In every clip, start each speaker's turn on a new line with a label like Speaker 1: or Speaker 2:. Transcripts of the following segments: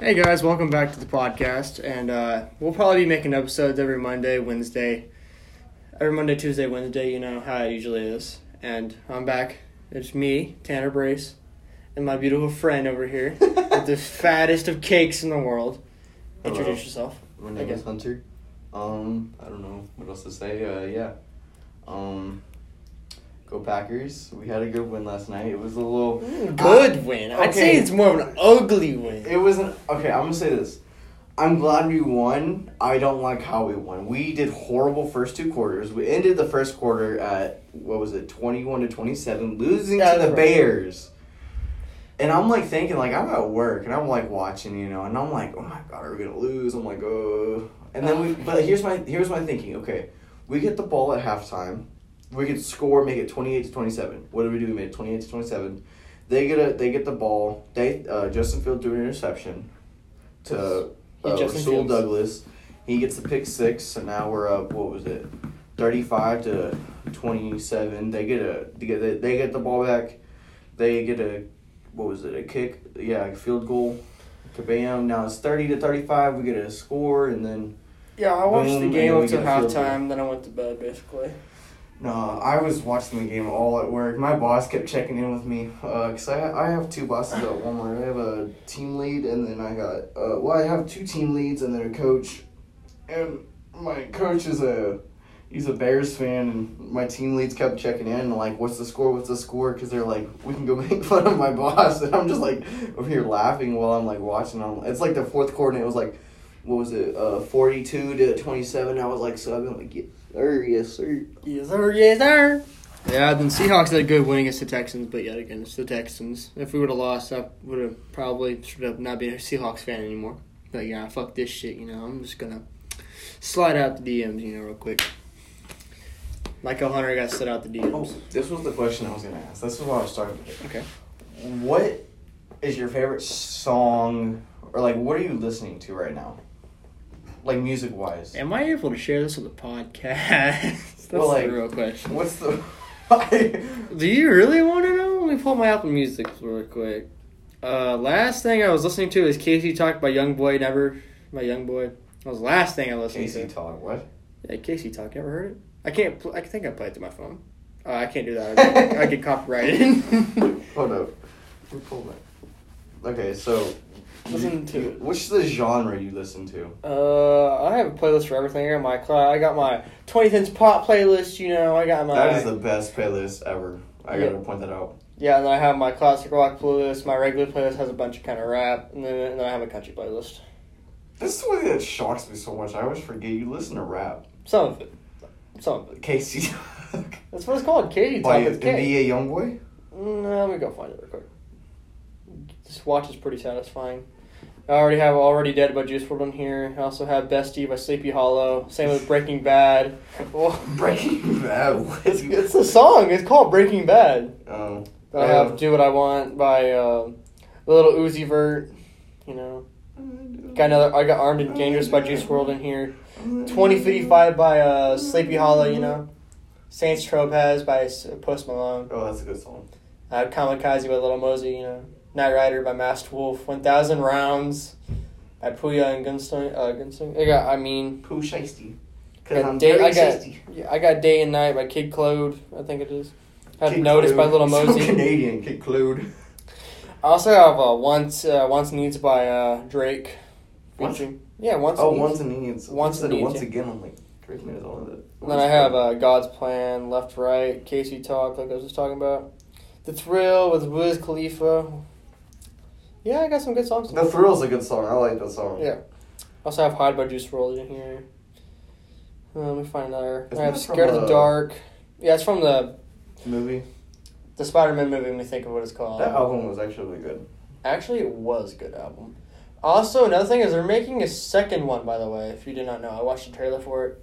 Speaker 1: Hey guys, welcome back to the podcast, and uh, we'll probably be making episodes every Monday, Wednesday, every Monday, Tuesday, Wednesday. You know how it usually is. And I'm back. It's me, Tanner Brace, and my beautiful friend over here with the fattest of cakes in the world.
Speaker 2: Hello.
Speaker 1: Introduce yourself.
Speaker 2: My name
Speaker 1: Okay.
Speaker 2: is Hunter. Um, I don't know what else to say. Uh, yeah. Um, go Packers. We had a good win last night. It was a little.
Speaker 1: Mm, Good win. I'd say
Speaker 2: okay.
Speaker 1: it's more of an ugly win.
Speaker 2: It wasn't okay. I'm gonna say this. I'm glad we won. I don't like how we won. We did horrible first two quarters. We ended the first quarter at what was it, twenty one to twenty seven, losing
Speaker 1: Yeah,
Speaker 2: to
Speaker 1: that's
Speaker 2: the
Speaker 1: right.
Speaker 2: Bears. And I'm like thinking, like I'm at work, and I'm like watching, you know, and I'm like, oh my god, are we gonna lose? I'm like, oh. And then we, but here's my here's my thinking. Okay, we get the ball at halftime. We could score, make it twenty eight to twenty seven. What do we do? We made it twenty eight to twenty seven. They get a they get the ball. They uh, Justin Field threw an interception to
Speaker 1: He-
Speaker 2: uh,
Speaker 1: Justin
Speaker 2: Rasul
Speaker 1: Fields.
Speaker 2: Douglas. He gets the pick six, so now we're up. What was it, thirty five to twenty seven? They get a they get they, they get the ball back. They get a what was it a kick? Yeah, a field goal. Kabam! Now it's thirty to thirty five. We get a score, and then
Speaker 1: Yeah, I watched
Speaker 2: Boom,
Speaker 1: the
Speaker 2: and
Speaker 1: game
Speaker 2: then
Speaker 1: up
Speaker 2: Um, we
Speaker 1: to
Speaker 2: get a field goal.
Speaker 1: halftime, then I went to bed basically.
Speaker 2: no, I was watching the game all at work. My boss kept checking in with me because I I have two bosses at Walmart. I have a team lead, and then I got uh, well, I have two team leads, and then a coach. And my coach is a he's a Bears fan, and my team leads kept checking in and like, what's the score? What's the score? Because they're like, we can go make fun of my boss, and I'm just like over here laughing while I'm like watching. I'm, it's like the fourth quarter, and it was like, what was it, uh, forty two to twenty seven? I was like, so I'm like, yes sir, yes sir.
Speaker 1: Yes, sir. Yes, sir. Yeah, then Seahawks had a good win against the Texans, but yet again, it's the Texans. If we would have lost, I would have probably should have not been a Seahawks fan anymore. But yeah, fuck this shit, you know. I'm just gonna slide out the DMs, you know, real quick. Michael Hunter got slid out the
Speaker 2: Oh,
Speaker 1: DMs.
Speaker 2: this was the question I was gonna ask. This is what I was starting with.
Speaker 1: Okay.
Speaker 2: What is your favorite song, or like, what are you listening to right now, like music wise?
Speaker 1: Am I able to share this with the podcast? That's
Speaker 2: Well, like-
Speaker 1: the real question.
Speaker 2: What's the?
Speaker 1: Do you really want to know? Let me pull my Apple Music real quick. Uh, last thing I was listening to is Casey Talk by Youngboy Never by Youngboy. That was the last thing I listened
Speaker 2: Casey
Speaker 1: to.
Speaker 2: Talk. What?
Speaker 1: Yeah, Casey Talk. Never heard it. I can't. Pl- I think I played it to my phone. Uh, I can't do that. I get- I get copyrighted.
Speaker 2: Hold up. Let me pull that. Okay, so
Speaker 1: Listen to it.
Speaker 2: What's the genre you listen to?
Speaker 1: uh, I have a playlist for everything. I got my cloud. I got my 2010s pop playlist. You know, I got my.
Speaker 2: That is the best playlist ever. I gotta
Speaker 1: Yeah.
Speaker 2: point that out.
Speaker 1: Yeah, and then I have my classic rock playlist. My regular playlist has a bunch of kind of rap, and then, and then I have a country playlist.
Speaker 2: This is the way that shocks me so much. I always forget you listen to rap.
Speaker 1: Some of it. Some of it.
Speaker 2: Casey Talk.
Speaker 1: That's what it's called. Katie
Speaker 2: By
Speaker 1: Talk. It's K.
Speaker 2: NBA Youngboy.
Speaker 1: No, let me go find it real quick. This watch is pretty satisfying. I already have Already Dead by Juice WRLD on here. I also have Bestie by Sleepy Hollow. Same with Breaking Bad. Well,
Speaker 2: Breaking Bad. What?
Speaker 1: it's, it's a song. It's called Breaking Bad.
Speaker 2: Oh.
Speaker 1: Then I have Do What I Want by um, Little Uzi Vert. You know, got another. I got Armed and Dangerous by Juice WRLD in here. Twenty Fifty Five by uh, Sleepy Hollow. You know, Saints Tropez by S- Post Malone.
Speaker 2: Oh, that's a good song.
Speaker 1: I have Kamikaze by Little Mosey, you know. Night Rider by Masked Wolf. 1000 Rounds by Puya and Gunslinger. Uh, Gunslinger. I got, I mean,
Speaker 2: Pooh Shiesty.
Speaker 1: I
Speaker 2: Cause
Speaker 1: got
Speaker 2: I'm
Speaker 1: Day-
Speaker 2: very
Speaker 1: I got-
Speaker 2: shiesty.
Speaker 1: yeah, I got Day and Night by Kid Clode, I think it is. I have
Speaker 2: Kid
Speaker 1: Notice by
Speaker 2: Clude.
Speaker 1: Little
Speaker 2: So
Speaker 1: Mosey.
Speaker 2: Canadian. Kid Clude.
Speaker 1: I also have uh, Once uh, Once Needs by uh, Drake.
Speaker 2: Once-
Speaker 1: Featuring- Yeah, Once
Speaker 2: Oh,
Speaker 1: Needs.
Speaker 2: once and Indians.
Speaker 1: Once
Speaker 2: Once and
Speaker 1: and
Speaker 2: Once
Speaker 1: Indians,
Speaker 2: again, I'm like, Drake knows all of it.
Speaker 1: And then I have uh, God's Plan, Left Right, Casey Talk, like I was just talking about. The Thrill with Wiz Khalifa. Yeah, I got some good songs. in
Speaker 2: The
Speaker 1: there.
Speaker 2: Thrill's a good song. I like that song.
Speaker 1: Yeah. Also have Hide by Juice WRLD in here. Uh, let me find another.
Speaker 2: Isn't
Speaker 1: I have
Speaker 2: that from
Speaker 1: Scared of the
Speaker 2: the-
Speaker 1: Dark. Yeah, it's from the
Speaker 2: Movie.
Speaker 1: the Spider Man movie. Let me think of what it's called.
Speaker 2: That album was actually good.
Speaker 1: Actually, it was a good album. Also, another thing is they're making a second one. By the way, if you did not know, I watched the trailer for it.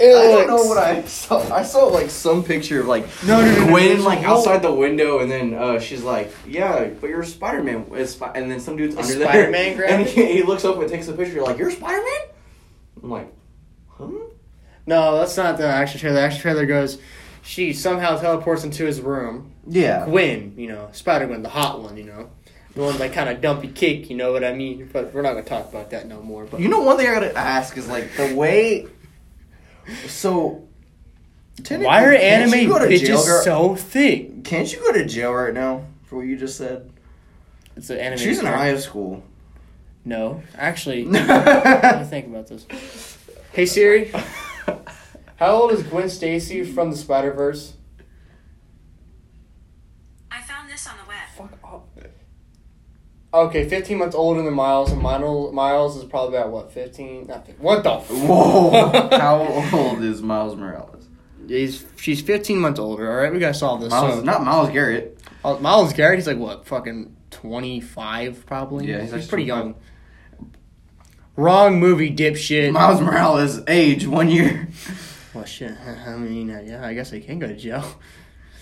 Speaker 1: It
Speaker 2: I don't know
Speaker 1: looks-
Speaker 2: what I saw. I saw like some picture of like
Speaker 1: No, no, no, no,
Speaker 2: Gwen
Speaker 1: no,
Speaker 2: like
Speaker 1: no.
Speaker 2: outside the window, and then uh, she's like, "Yeah, but you're Spider Man." And then some dude's
Speaker 1: Is
Speaker 2: under there,
Speaker 1: Spider-Man grabbing?
Speaker 2: and he, he looks up and takes a picture. Like, "You're Spider Man?" I'm like, "Huh?"
Speaker 1: No, that's not the actual trailer. The actual trailer goes, she somehow teleports into his room.
Speaker 2: Yeah.
Speaker 1: Gwen, you know, Spider Gwen, the hot one, you know. The one that kind of dumpy kick, you know what I mean? But we're not gonna talk about that no more. But
Speaker 3: You know, one thing I gotta ask is like the way. So.
Speaker 1: why are
Speaker 3: technically, can't you
Speaker 1: anime
Speaker 3: go to jail,
Speaker 1: bitches
Speaker 3: girl?
Speaker 1: so thick?
Speaker 3: Can't you go to jail right now for what you just said?
Speaker 1: It's an anime.
Speaker 3: She's in
Speaker 1: term.
Speaker 3: high school.
Speaker 1: No, actually, let me
Speaker 3: That's
Speaker 1: think about this. Hey Siri, how old is Gwen Stacy from the Spider Verse?
Speaker 4: I found this on the web.
Speaker 1: Fuck off. Okay, 15 months older than Miles, and Miles Miles is probably about what 15? Nothing. What the? F-
Speaker 3: Whoa! How old is Miles Morales?
Speaker 1: He's she's 15 months older. All right, we gotta solve this.
Speaker 3: Miles,
Speaker 1: so,
Speaker 3: not Miles Garrett.
Speaker 1: uh, Miles Garrett, he's like what, fucking 25 probably.
Speaker 3: Yeah, he's
Speaker 1: he's,
Speaker 3: like
Speaker 1: pretty young. Wrong movie, dipshit.
Speaker 3: Miles Morales, age one year.
Speaker 1: Well, shit. I mean, uh, yeah, I guess I can go to jail.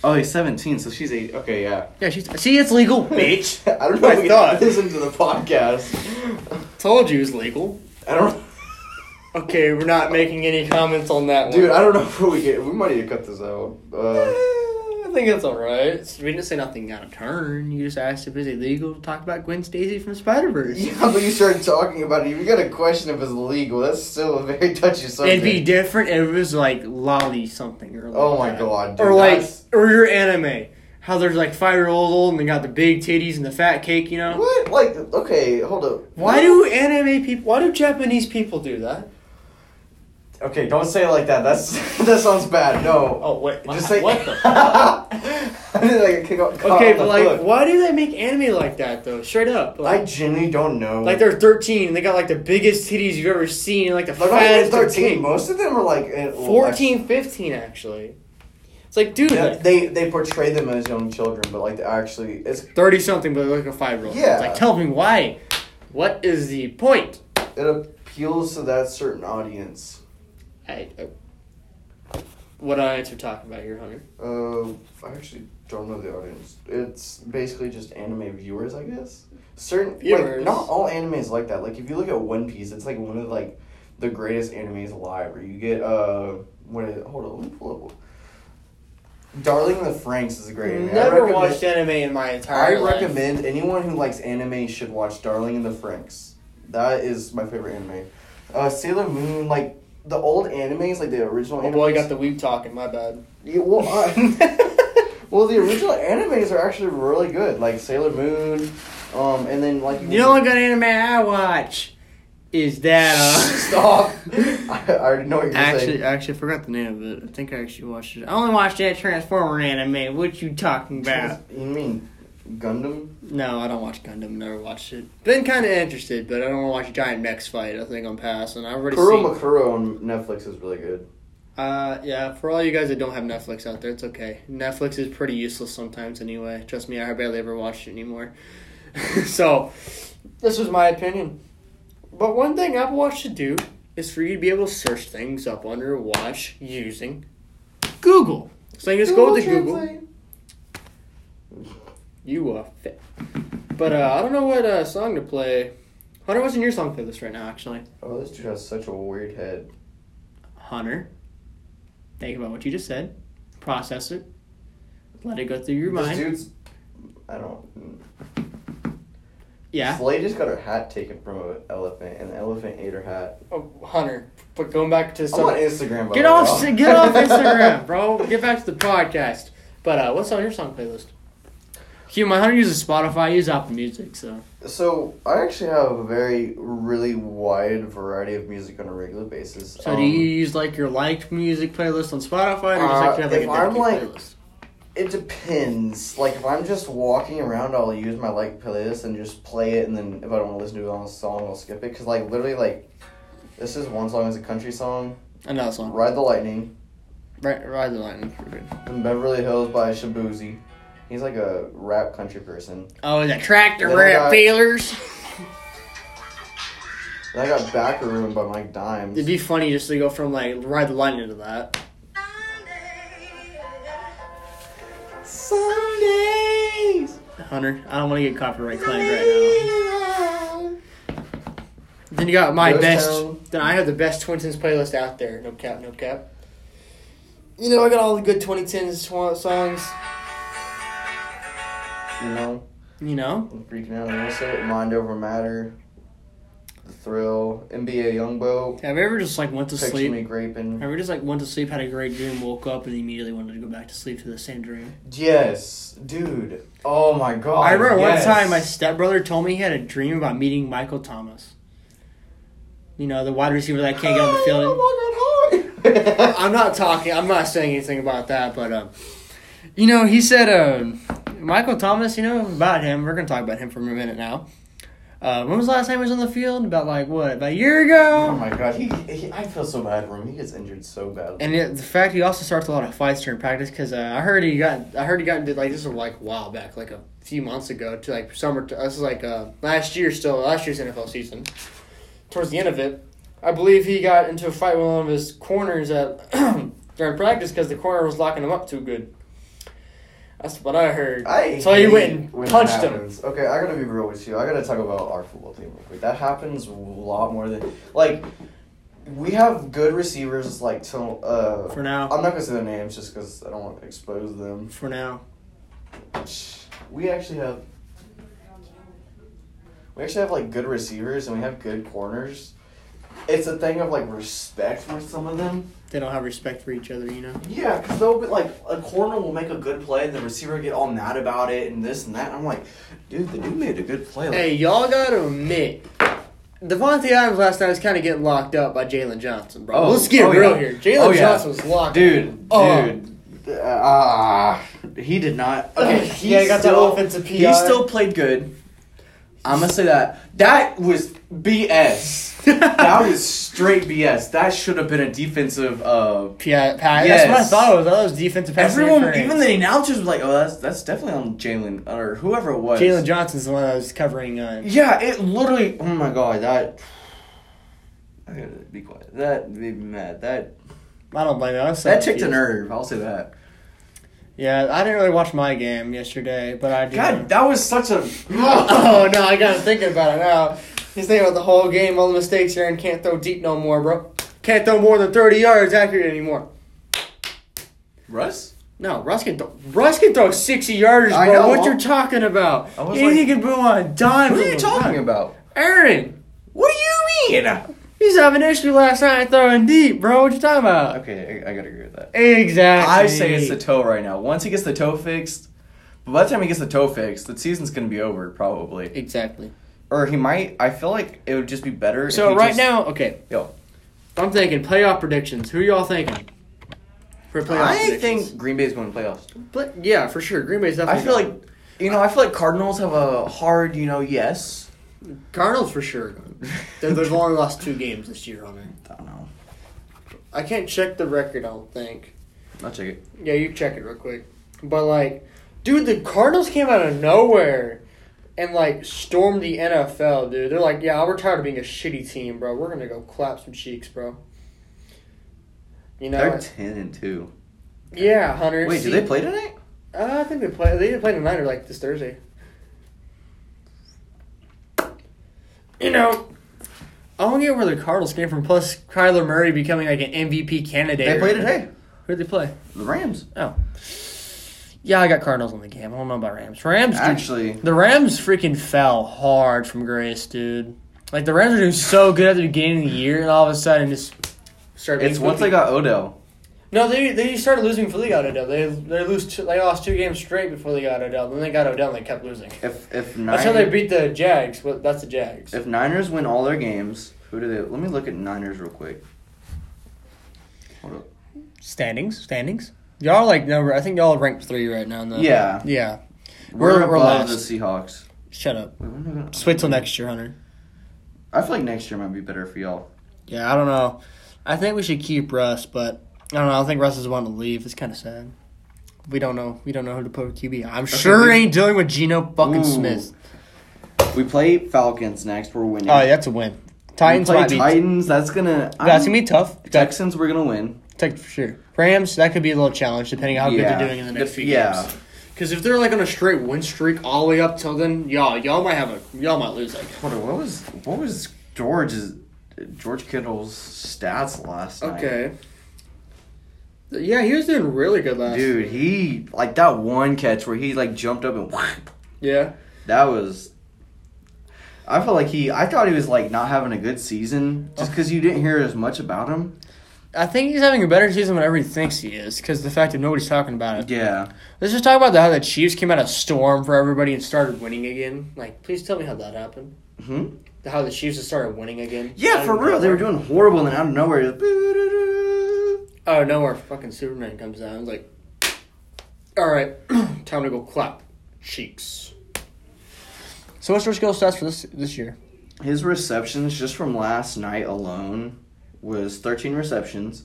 Speaker 3: Oh, he's seventeen, so she's eight. Okay, yeah.
Speaker 1: Yeah, she's see, it's legal, bitch.
Speaker 2: I don't know if
Speaker 1: I
Speaker 2: we
Speaker 1: thought.
Speaker 2: listen to the podcast.
Speaker 1: Told you it was legal.
Speaker 2: I don't,
Speaker 1: Okay, we're not making any comments on that one.
Speaker 2: dude. I don't know if we get. We might need to cut this out. Uh,
Speaker 1: I think that's all right. We didn't say nothing out of turn. You just asked if it's illegal to talk about Gwen Stacy from Spider Verse.
Speaker 2: yeah, but you started talking about it. If You got a question if it's legal. That's still a very touchy
Speaker 1: It'd
Speaker 2: subject.
Speaker 1: be different if it was like lolly something or like
Speaker 2: Oh my
Speaker 1: that.
Speaker 2: God, dude,
Speaker 1: or like
Speaker 2: that's-
Speaker 1: or your anime. How there's like five year old old and they got the big titties and the fat cake, you know.
Speaker 2: What? Like, okay, hold up.
Speaker 1: Why do anime people? Why do Japanese people do that?
Speaker 2: Okay, don't say it like that. That's that sounds bad. No.
Speaker 1: Oh wait,
Speaker 2: Just say
Speaker 1: what the?
Speaker 2: I didn't like it got caught
Speaker 1: okay,
Speaker 2: on the
Speaker 1: but like,
Speaker 2: hook.
Speaker 1: why do they make anime like that though? Straight up,
Speaker 2: I
Speaker 1: like,
Speaker 2: genuinely don't know.
Speaker 1: like they're thirteen and they got like the biggest titties you've ever seen, like the
Speaker 2: They're not even
Speaker 1: fattest.
Speaker 2: thirteen.
Speaker 1: Thirteen.
Speaker 2: Most of them are like eh, well,
Speaker 1: 14, 15 actually. It's like, dude,
Speaker 2: actually- Yeah,
Speaker 1: like,
Speaker 2: they they portray them as young children, but like they actually, it's
Speaker 1: thirty something, but like a five year old.
Speaker 2: Yeah.
Speaker 1: It's like, tell me why. What is the point?
Speaker 2: it appeals to that certain audience.
Speaker 1: I, I- what audience are talking about here, Hunter?
Speaker 2: Uh, I actually don't know the audience. It's basically just anime viewers, I guess. Certain
Speaker 1: Viewers.
Speaker 2: Like, not all anime is like that. Like if you look at One Piece, it's like one of like the greatest animes alive. Where you get uh, what is it? Hold on, let me pull up. Darling in the Franks is a great anime. I
Speaker 1: Never
Speaker 2: recommend-
Speaker 1: watched anime in my
Speaker 2: I
Speaker 1: entire life.
Speaker 2: recommend anyone who likes anime should watch Darling in the Franks. That is my favorite anime. Uh, Sailor Moon, like the old animes, like the original.
Speaker 1: Oh boy, I
Speaker 2: animes-
Speaker 1: got the weep talking. My bad.
Speaker 2: yeah, well, uh, I- well, the original animes are actually really good, like Sailor Moon, um, and then like
Speaker 1: You know what good anime I watch is that. Uh,
Speaker 2: Stop! I, I already know what you're
Speaker 1: Actually,
Speaker 2: saying.
Speaker 1: actually, I forgot the name of it. I think I actually watched it. I only watched that Transformer anime. What you talking about?
Speaker 2: you mean Gundam?
Speaker 1: No, I don't watch Gundam. Never watched it. Been kind of interested, but I don't want to watch giant mechs fight. I think I'm passing. I've already
Speaker 2: Kuro
Speaker 1: seen.
Speaker 2: Makuro on Netflix is really good.
Speaker 1: Uh, yeah. For all you guys that don't have Netflix out there, it's okay. Netflix is pretty useless sometimes, anyway. Trust me, I barely ever watched it anymore. so, this was my opinion. But one thing Apple Watch should do is for you to be able to search things up on your watch using Google. So you just go to Google. You uh fit. But uh, I don't know what uh, song to play. Hunter, what's in your song playlist right now? Actually,
Speaker 2: Oh, this dude has such a weird head.
Speaker 1: Hunter, think about what you just said, process it, let it go through your
Speaker 2: This
Speaker 1: mind.
Speaker 2: dude's. I don't.
Speaker 1: yeah.
Speaker 2: Slay just got her hat taken from an elephant, and the elephant ate her hat.
Speaker 1: Oh, Hunter, but going back to
Speaker 2: I'm on
Speaker 1: some.
Speaker 2: Instagram. By
Speaker 1: Get
Speaker 2: the way,
Speaker 1: off!
Speaker 2: y'all.
Speaker 1: Get off Instagram, bro. Get back to the podcast. But uh, what's on your song playlist? Hugh, my Hunter uses Spotify. I use Apple Music, so
Speaker 2: So I actually have a very really wide variety of music on a regular basis.
Speaker 1: so
Speaker 2: Um,
Speaker 1: do you use like your liked music playlist on Spotify, or just like
Speaker 2: Uh,
Speaker 1: you have like a
Speaker 2: if I'm,
Speaker 1: dedicated
Speaker 2: like-
Speaker 1: playlist?
Speaker 2: Um, It depends. Like if I'm just walking around, I'll use my like playlist and just play it, and then if I don't want to listen to it on a song, I'll skip it. Cause like literally like, this is one song is a country song,
Speaker 1: Another song.
Speaker 2: "Ride the Lightning,"
Speaker 1: Right, Ride the Lightning. pretty good.
Speaker 2: then "Beverly Hills" by Shabuzi. He's like a rap country person.
Speaker 1: Oh, is that tractor
Speaker 2: Then I
Speaker 1: rap
Speaker 2: got-
Speaker 1: feelers?
Speaker 2: Then I got "Back Room" by Mike Dimes.
Speaker 1: It'd be funny just to go from like ride the lightning to that.
Speaker 2: Sundays.
Speaker 1: Hunter, I don't want to get copyright claimed right now. Then you got my
Speaker 2: Ghost
Speaker 1: best.
Speaker 2: Town.
Speaker 1: Then I have the best Twin Tins playlist out there. No cap, no cap. You know I got all the good Twenty Tins sw- songs.
Speaker 2: You know.
Speaker 1: You know?
Speaker 2: I'm freaking out. And also, mind over matter, the thrill, NBA YoungBoy,
Speaker 1: Have you ever just like went to
Speaker 2: Picture
Speaker 1: sleep?
Speaker 2: Me Graping.
Speaker 1: Have you just like went to sleep, had a great dream, woke up, and immediately wanted to go back to sleep to the same dream?
Speaker 2: Yes, dude. Oh my god.
Speaker 1: I remember
Speaker 2: yes.
Speaker 1: one time my stepbrother told me he had a dream about meeting Michael Thomas. You know, the wide receiver that can't get on the
Speaker 2: Oh
Speaker 1: field.
Speaker 2: field.
Speaker 1: I'm not talking. I'm not saying anything about that, but um, you know, he said um, Michael Thomas. You know about him. We're gonna talk about him for a minute now. Uh, when was the last time he was on the field? About like what? About a year
Speaker 2: Oh
Speaker 1: ago.
Speaker 2: my god, he, he I feel so bad for him. He gets injured so badly.
Speaker 1: And it, the fact he also starts a lot of fights during practice because uh, I heard he got I heard he got into like this was like a while back like a few months ago to like summer to this is like uh, last year still last year's NFL season towards the end of it I believe he got into a fight with one of his corners at during practice because the corner was locking him up too good that's what I heard
Speaker 2: I
Speaker 1: so he
Speaker 2: hate
Speaker 1: went
Speaker 2: when
Speaker 1: and
Speaker 2: that
Speaker 1: punched him
Speaker 2: happens. Okay, I gotta be real with you. I gotta talk about our football team real quick. That happens a lot more than like we have good receivers. Like to, uh,
Speaker 1: for now
Speaker 2: I'm not gonna say their names just because I don't want to expose them.
Speaker 1: for now
Speaker 2: We actually have we actually have like good receivers and we have good corners. It's a thing of like respect for some of them.
Speaker 1: they don't have respect for each other you know
Speaker 2: Yeah, because they'll be like a corner will make a good play, and the receiver will get all mad about it and this and that. And I'm like, dude, the dude made a good play. Like,
Speaker 1: hey y'all gotta admit. Devontae Adams last night was kind of getting locked up by Jalen Johnson, bro.
Speaker 2: Oh,
Speaker 1: Let's get
Speaker 2: oh,
Speaker 1: real
Speaker 2: yeah.
Speaker 1: here. Jalen
Speaker 2: Oh, yeah.
Speaker 1: Johnson was locked
Speaker 2: dude,
Speaker 1: Oh.
Speaker 2: dude, ah, he did not. Okay, he
Speaker 1: yeah, he got
Speaker 2: still,
Speaker 1: that offensive PI.
Speaker 2: He still played good. I'm gonna say that that was BS. that was straight BS. That should have been a defensive. Uh,
Speaker 1: PI. That's what I
Speaker 2: Yes.
Speaker 1: thought it was. I thought it was defensive pass
Speaker 2: everyone,
Speaker 1: interference.
Speaker 2: even the announcers, were like, "Oh, that's that's definitely on Jalen or whoever it was."
Speaker 1: Jalen Johnson's the one that was covering. Uh,
Speaker 2: Yeah, it literally. Oh my god, that. I gotta be quiet. That made me mad. That
Speaker 1: I don't blame him. I was so
Speaker 2: that ticked a
Speaker 1: confused.
Speaker 2: nerve. I'll say that.
Speaker 1: Yeah, I didn't really watch my game yesterday, but I did.
Speaker 2: God, that was such a.
Speaker 1: oh no, I gotta think about it now. He's thinking about the whole game, all the mistakes Aaron can't throw deep no more, bro. Can't throw more than thirty yards accurate anymore.
Speaker 2: Russ.
Speaker 1: No, Russ can throw. Russ can throw sixty yards, bro.
Speaker 2: I know.
Speaker 1: What you're talking about?
Speaker 2: I was
Speaker 1: He
Speaker 2: like-
Speaker 1: can move on a dime.
Speaker 2: What are
Speaker 1: from
Speaker 2: you
Speaker 1: the
Speaker 2: talking
Speaker 1: line.
Speaker 2: about?
Speaker 1: Aaron,
Speaker 2: What do you mean?
Speaker 1: he's having an issue last night throwing deep, bro. What you talking about?
Speaker 2: Okay, I, I gotta agree with that.
Speaker 1: Exactly.
Speaker 2: I say it's the toe right now. Once he gets the toe fixed, but by the time he gets the toe fixed, the season's gonna be over probably.
Speaker 1: Exactly.
Speaker 2: Or he might. I feel like it would just be better. if
Speaker 1: So
Speaker 2: he
Speaker 1: right
Speaker 2: just-
Speaker 1: now, okay.
Speaker 2: Yo.
Speaker 1: I'm thinking playoff predictions. Who y'all thinking? For playoff
Speaker 2: I
Speaker 1: predictions.
Speaker 2: think Green Bay's going to playoffs.
Speaker 1: but yeah, for sure. Green Bay's definitely
Speaker 2: I feel
Speaker 1: going.
Speaker 2: like, you know, I feel like Cardinals have a hard, you know, yes.
Speaker 1: Cardinals for sure. are going. They- They've only lost two games this year on it.
Speaker 2: I don't know.
Speaker 1: I can't check the record, I don't think.
Speaker 2: I'll check it.
Speaker 1: Yeah, you check it real quick. But like, dude, the Cardinals came out of nowhere and like stormed the NFL, dude. They're like, yeah, we're tired of being a shitty team, bro. We're gonna go clap some cheeks, bro. You know,
Speaker 2: They're ten and two.
Speaker 1: yeah, Hunter.
Speaker 2: Wait,
Speaker 1: see-
Speaker 2: do they play tonight?
Speaker 1: Uh, I think they play. They play the Niner like this Thursday. You know, I don't get where the Cardinals came from. Plus, Kyler Murray becoming like an MVP candidate.
Speaker 2: They play today.
Speaker 1: Who'd they play?
Speaker 2: The Rams.
Speaker 1: Yeah, I got Cardinals on the game. I don't know about Rams. Rams, dude,
Speaker 2: Actually,
Speaker 1: the Rams freaking fell hard from grace, dude. Like the Rams were doing so good at the beginning of the year, and all of a sudden just started.
Speaker 2: it's
Speaker 1: being
Speaker 2: once
Speaker 1: fluky.
Speaker 2: they got Odell.
Speaker 1: No, they they started losing before they got Odell. They they lose two, they lost two games straight before they got Odell. Then they got Odell and they kept losing.
Speaker 2: If if
Speaker 1: That's how they
Speaker 2: nine,
Speaker 1: beat the Jags. Well, that's the Jags.
Speaker 2: if Niners win all their games, who do they? Let me look at Niners real quick. Hold up.
Speaker 1: Standings, standings. Y'all are like number. I think y'all are ranked three right now. In the,
Speaker 2: Yeah,
Speaker 1: yeah.
Speaker 2: we're,
Speaker 1: We're- we're
Speaker 2: above
Speaker 1: last.
Speaker 2: the Seahawks.
Speaker 1: Shut up.
Speaker 2: Wait, when do we go-
Speaker 1: Just wait till next year, Hunter.
Speaker 2: I feel like next year might be better for y'all.
Speaker 1: Yeah, I don't know. I think we should keep Russ, but I don't know. I think Russ is wanting to leave. It's kind of sad. We don't know. We don't know who to put with QB. I'm sure
Speaker 2: we-
Speaker 1: ain't dealing with Geno fucking
Speaker 2: Ooh.
Speaker 1: Smith.
Speaker 2: We play Falcons next. We're winning.
Speaker 1: Oh, yeah, that's a win.
Speaker 2: We
Speaker 1: Titans
Speaker 2: play
Speaker 1: might be.
Speaker 2: Titans. That's gonna.
Speaker 1: That's
Speaker 2: I'm-
Speaker 1: gonna be tough. That's
Speaker 2: Texans. We're gonna win.
Speaker 1: Tech for sure. Rams, that could be a little challenge depending on how good
Speaker 2: Yeah.
Speaker 1: they're doing in the next
Speaker 2: Def-
Speaker 1: few
Speaker 2: yeah.
Speaker 1: games. Because if they're like on a straight win streak all the way up till then, y'all y'all might have a y'all might lose like.
Speaker 2: What, what was what was George's George Kittle's stats last night?
Speaker 1: Yeah, he was doing really good last.
Speaker 2: Dude, he like that one catch where he like jumped up and
Speaker 1: Yeah.
Speaker 3: that was. I felt like he. I thought he was like not having a good season just because you didn't hear as much about him.
Speaker 1: I think he's having a better season than everybody thinks he is because the fact that nobody's talking about it.
Speaker 3: Yeah,
Speaker 1: Let's just talk about the, how the Chiefs came out of storm for everybody and started winning again. Like, please tell me how that happened.
Speaker 3: Hmm?
Speaker 1: How the Chiefs just started winning again.
Speaker 3: yeah,
Speaker 1: Out
Speaker 3: for
Speaker 1: of
Speaker 3: real. They were
Speaker 1: nowhere.
Speaker 3: doing horrible, and then out of nowhere, it was-
Speaker 1: Out of nowhere, Oh, fucking Superman comes out. I was like, all right, time to go clap cheeks. So what's your skill stats for this this year?
Speaker 3: his receptions just from last night alone was 13 receptions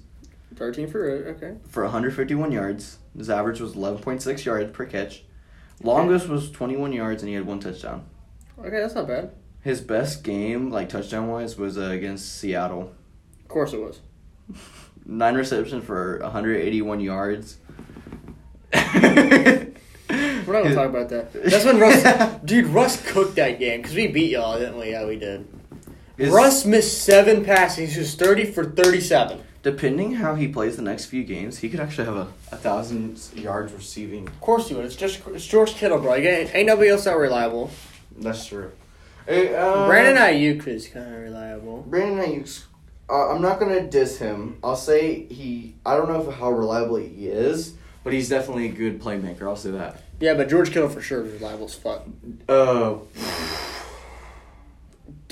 Speaker 1: Thirteen for okay.
Speaker 3: for 151 yards. His average was 11.6 yards per catch. Longest was 21 yards, and he had one touchdown.
Speaker 1: Okay, that's not bad.
Speaker 3: His best game, like touchdown wise, was uh, against Seattle.
Speaker 1: Of course it was.
Speaker 3: nine receptions for 181 yards. We're
Speaker 1: We're not gonna talk about that. That's when Russ, dude, Russ cooked that game because we beat y'all, didn't we? Yeah, we did. Russ missed seven passes. He was thirty for thirty-seven.
Speaker 3: Depending how he plays the next few games, he could actually have a.
Speaker 2: A thousand yards receiving.
Speaker 1: Of course he would. It's just it's George Kittle, bro. You ain't, ain't nobody else that reliable.
Speaker 2: That's true. Hey, uh,
Speaker 1: Brandon Ayuk is kind of reliable.
Speaker 2: Brandon Ayuk's. Uh, I'm not gonna diss him. I'll say he. I don't know if how reliable he is, but he's definitely a good playmaker. I'll say that.
Speaker 1: Yeah, but George Kittle for sure is reliable as fuck.
Speaker 2: Uh,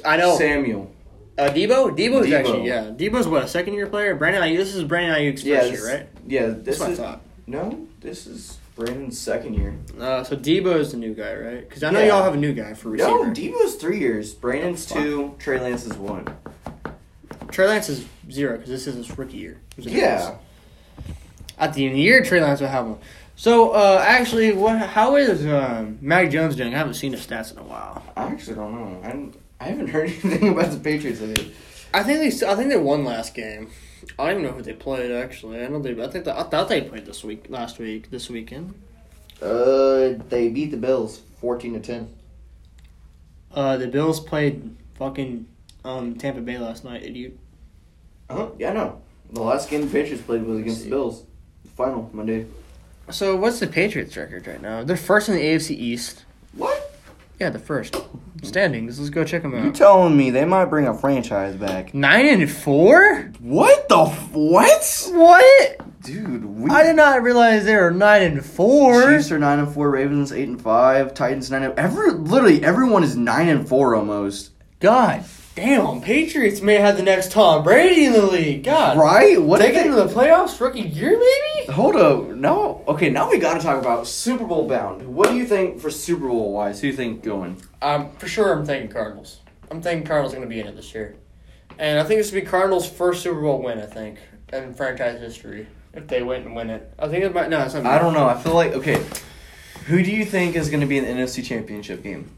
Speaker 1: I know.
Speaker 2: Samuel.
Speaker 1: Uh, Debo? Debo's
Speaker 2: Debo.
Speaker 1: actually, yeah. Debo's what, a second year player? Brandon Ayuk, this is Brandon Ayuk's
Speaker 2: Yeah,
Speaker 1: first
Speaker 2: this-
Speaker 1: year, right?
Speaker 2: Yeah, this
Speaker 1: That's what I
Speaker 2: is
Speaker 1: thought.
Speaker 2: no. This is Brandon's second year.
Speaker 1: Uh, so Debo is the new guy, right? Because I know
Speaker 2: Yeah.
Speaker 1: y'all have a new guy for receiver.
Speaker 2: No, Debo's three years. Brandon's two. Trey Lance is one.
Speaker 1: Trey Lance is zero because this is his rookie year. It was a
Speaker 2: Yeah.
Speaker 1: At the end of the year, Trey Lance will have one. So, uh, actually, what? how is um, Mac Jones doing? I haven't seen his stats in a while.
Speaker 2: I actually don't know. I don't- I haven't heard anything about the Patriots. I think.
Speaker 1: I think they. I think they won last game. I don't even know who they played actually. I don't think. I think. They, I thought they played this week, last week, this weekend.
Speaker 2: Uh, they beat the Bills fourteen to ten.
Speaker 1: Uh, the Bills played fucking um Tampa Bay last night. Idiot.
Speaker 2: Uh-huh. Yeah, I know. The last game the Patriots played was against the Bills. Final Monday.
Speaker 1: So what's the Patriots record right now? They're first in the AFC East.
Speaker 2: What?
Speaker 1: Yeah, the first standings. Let's go check them
Speaker 3: You
Speaker 1: out.
Speaker 3: telling me they might bring a franchise back?
Speaker 1: Nine and four.
Speaker 3: What the f- what?
Speaker 1: What?
Speaker 3: Dude, we.
Speaker 1: I did not realize they were nine and four.
Speaker 3: Chiefs are nine and four. Ravens eight and five. Titans nine and every. Literally everyone is nine and four almost.
Speaker 1: God damn, Patriots may have the next Tom Brady in the league. God,
Speaker 3: Right? What?
Speaker 1: take
Speaker 3: if
Speaker 1: it to the playoffs rookie year maybe.
Speaker 3: they- Hold up. No.
Speaker 2: Okay, now we gotta talk about.
Speaker 3: Super Bowl bound. What do you think for Super Bowl wise? Who you think going?
Speaker 1: Um, for sure, I'm thinking Cardinals. I'm thinking Cardinals are going to be in it this year, and I think this will be Cardinals' first Super Bowl win. I think in franchise history, if they win and win it, I think it might. No, it's not.
Speaker 3: I don't know. I feel like okay. Who do you think is going to be in the NFC Championship game?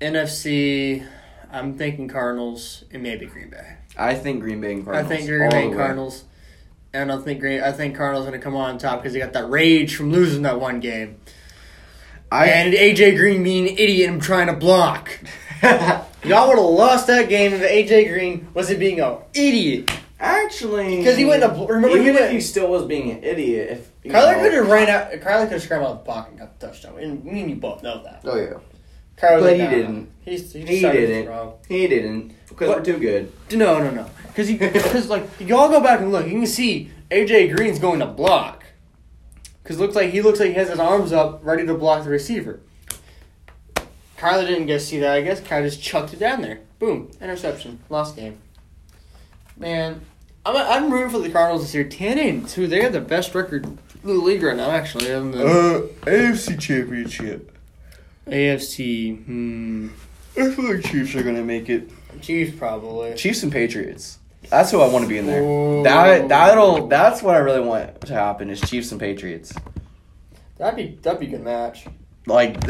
Speaker 1: NFC. I'm thinking Cardinals and maybe Green Bay.
Speaker 3: I think Green Bay and Cardinals.
Speaker 1: I think Green
Speaker 3: all
Speaker 1: Bay
Speaker 3: the way.
Speaker 1: Cardinals. And I think Green. I think Cardinals going to come on top because they got that rage from losing that one game.
Speaker 3: I
Speaker 1: and AJ Green being an idiot and trying to block. Y'all would have lost that game if AJ Green wasn't being an idiot.
Speaker 2: Actually,
Speaker 1: 'Cause he went to bl- remember he
Speaker 2: even if
Speaker 1: went-
Speaker 2: he still was being an idiot, if you
Speaker 1: Kyler
Speaker 2: know-
Speaker 1: could have ran out. Kyler could have scrambled out the pocket and got the touchdown. And me and you both know that.
Speaker 2: Oh yeah,
Speaker 1: Kyler was
Speaker 3: But
Speaker 1: like,
Speaker 3: he
Speaker 1: "Nah,
Speaker 3: didn't.
Speaker 1: He's, he
Speaker 3: He
Speaker 1: decided
Speaker 3: didn't.
Speaker 1: it was wrong."
Speaker 3: he didn't because
Speaker 1: What?
Speaker 3: we're too good.
Speaker 1: No, no, no. Because because like y'all go back and look, you can see AJ Green's going to block. Because looks like he looks like he has his arms up, ready to block the receiver. Kyler didn't get to see that. I guess Kyler just chucked it down there. Boom, interception, lost game. Man, I'm I'm rooting for the Cardinals this year. Ten and two, they have the best record in the league right now. Actually, in the
Speaker 2: Uh.
Speaker 3: Uh, AFC Championship.
Speaker 1: AFC, hmm,
Speaker 3: I feel like Chiefs are going to make it.
Speaker 1: Chiefs probably.
Speaker 3: Chiefs and Patriots. That's who I want to be in there.
Speaker 1: Ooh.
Speaker 3: That that'll that's what I really want to happen is Chiefs and Patriots.
Speaker 1: That'd be that'd be a good match.
Speaker 3: Like,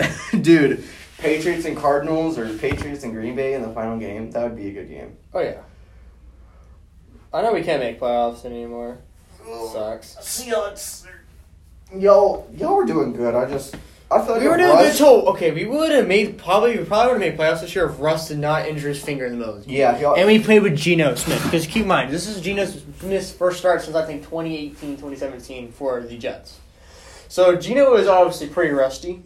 Speaker 3: dude,
Speaker 2: Patriots and Cardinals or Patriots and Green Bay in the final game. That would be a good game.
Speaker 1: Oh yeah. I know we can't make playoffs anymore. Sucks.
Speaker 2: Seahawks. Y'all, y'all were doing good. I just, I feel like
Speaker 1: We
Speaker 2: it
Speaker 1: were doing
Speaker 2: rushed-
Speaker 1: good. So okay, we would have made probably we probably would have made playoffs this year if Russ did not injure his finger in the middle. of the game.
Speaker 2: Yeah, y'all.
Speaker 1: And we played with Geno Smith because keep in mind this is Geno Smith's first start since I think 2018, 2017 for the Jets. So Geno is obviously pretty rusty.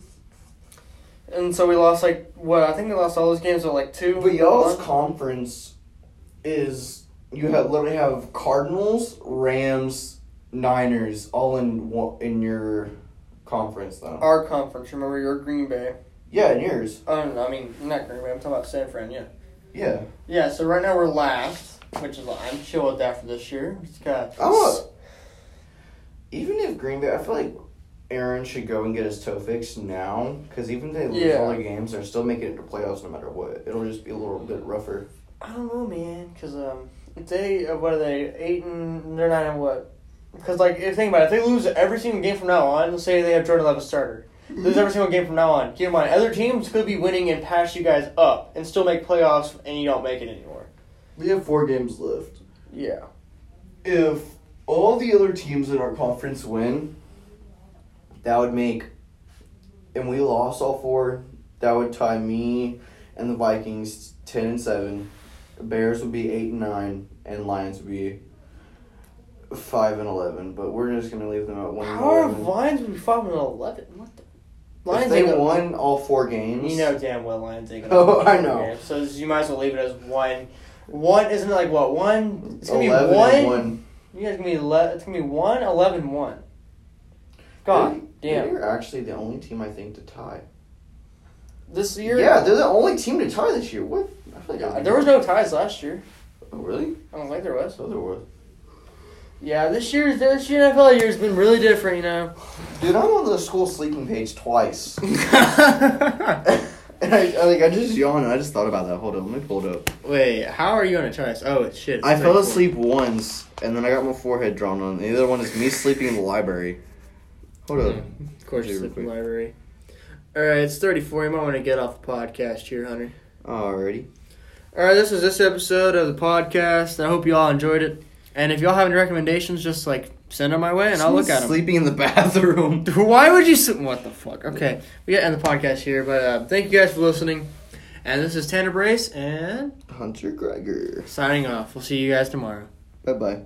Speaker 1: and so we lost like what I think we lost all those games or like two.
Speaker 2: But y'all's
Speaker 1: one.
Speaker 2: conference is you have literally have Cardinals, Rams, Niners, all in one, in your conference though.
Speaker 1: our conference. Remember, you're Green Bay.
Speaker 2: yeah, in yours.
Speaker 1: Um, I mean, not Green Bay. I'm talking about San Fran. Yeah.
Speaker 2: Yeah.
Speaker 1: Yeah. So right now we're last, which is I'm chill with that for this year. It's got.
Speaker 2: I'm a, even if Green Bay, I feel like Aaron should go and get his toe fixed now because even if they lose
Speaker 1: Yeah.
Speaker 2: all their games, they're still making it to playoffs no matter what. It'll just be a little bit rougher.
Speaker 1: I don't know, man. Cause um, they uh, what are they eight and they're nine and what? Cause like if think about it, if they lose every single game from now on, let's say they have Jordan Love as starter.
Speaker 2: Mm-hmm.
Speaker 1: Lose every single game from now on. Keep in mind, other teams could be winning and pass you guys up and still make playoffs, and you don't make it anymore.
Speaker 2: We have four games left.
Speaker 1: Yeah.
Speaker 2: if all the other teams in our conference win, that would make, and we lost all four, that would tie me and the Vikings ten and seven. The Bears would be eight and nine, and Lions would be five and eleven. But we're just gonna leave them at one. and
Speaker 1: How are
Speaker 2: 11.
Speaker 1: Lions would be five and eleven? What the?
Speaker 2: if
Speaker 1: Lions
Speaker 2: they
Speaker 1: ain't gonna-
Speaker 2: won all four games.
Speaker 1: You know damn well Lions ain't
Speaker 2: Oh,
Speaker 1: win
Speaker 2: I
Speaker 1: the
Speaker 2: know.
Speaker 1: game, So you might as well leave it as one. One isn't it like what one? It's gonna
Speaker 2: eleven
Speaker 1: be one.
Speaker 2: and one.
Speaker 1: You guys gonna be ele- It's gonna be one, eleven, one. God damn!
Speaker 2: They're actually the only team I think to tie.
Speaker 1: This year,
Speaker 2: yeah, they're the only team to tie this year. What? I feel like I-
Speaker 1: there was no ties last year.
Speaker 2: Oh, really?
Speaker 1: I don't think there was.
Speaker 2: So there was.
Speaker 1: Yeah, this year's this year NFL year has been really different, you know.
Speaker 2: Dude, I'm on the school sleeping page twice. And I, I like I just yawned. and I just thought about that. Hold on, let me pull it up.
Speaker 1: Wait, how are you on a ties? Oh, it's shit.
Speaker 2: I fell asleep once, and then I got my forehead drawn on. The other one is me sleeping in the library. Hold up.
Speaker 1: Of course, it's
Speaker 2: Real
Speaker 1: the
Speaker 2: quick.
Speaker 1: library. All right, it's thirty-four. You might want to get off the podcast here, Hunter.
Speaker 2: Alrighty.
Speaker 1: All right, this is this episode of the podcast. I hope you all enjoyed it. And if y'all have any recommendations, just like send them my way, and I'll look at them.
Speaker 2: Sleeping in the bathroom.
Speaker 1: Why would you? s what the fuck? Okay, we gotta end the podcast here. But uh, thank you guys for listening. And this is Tanner Brace and
Speaker 2: Hunter Gregor.
Speaker 1: signing off. We'll see you guys tomorrow.
Speaker 2: Bye bye.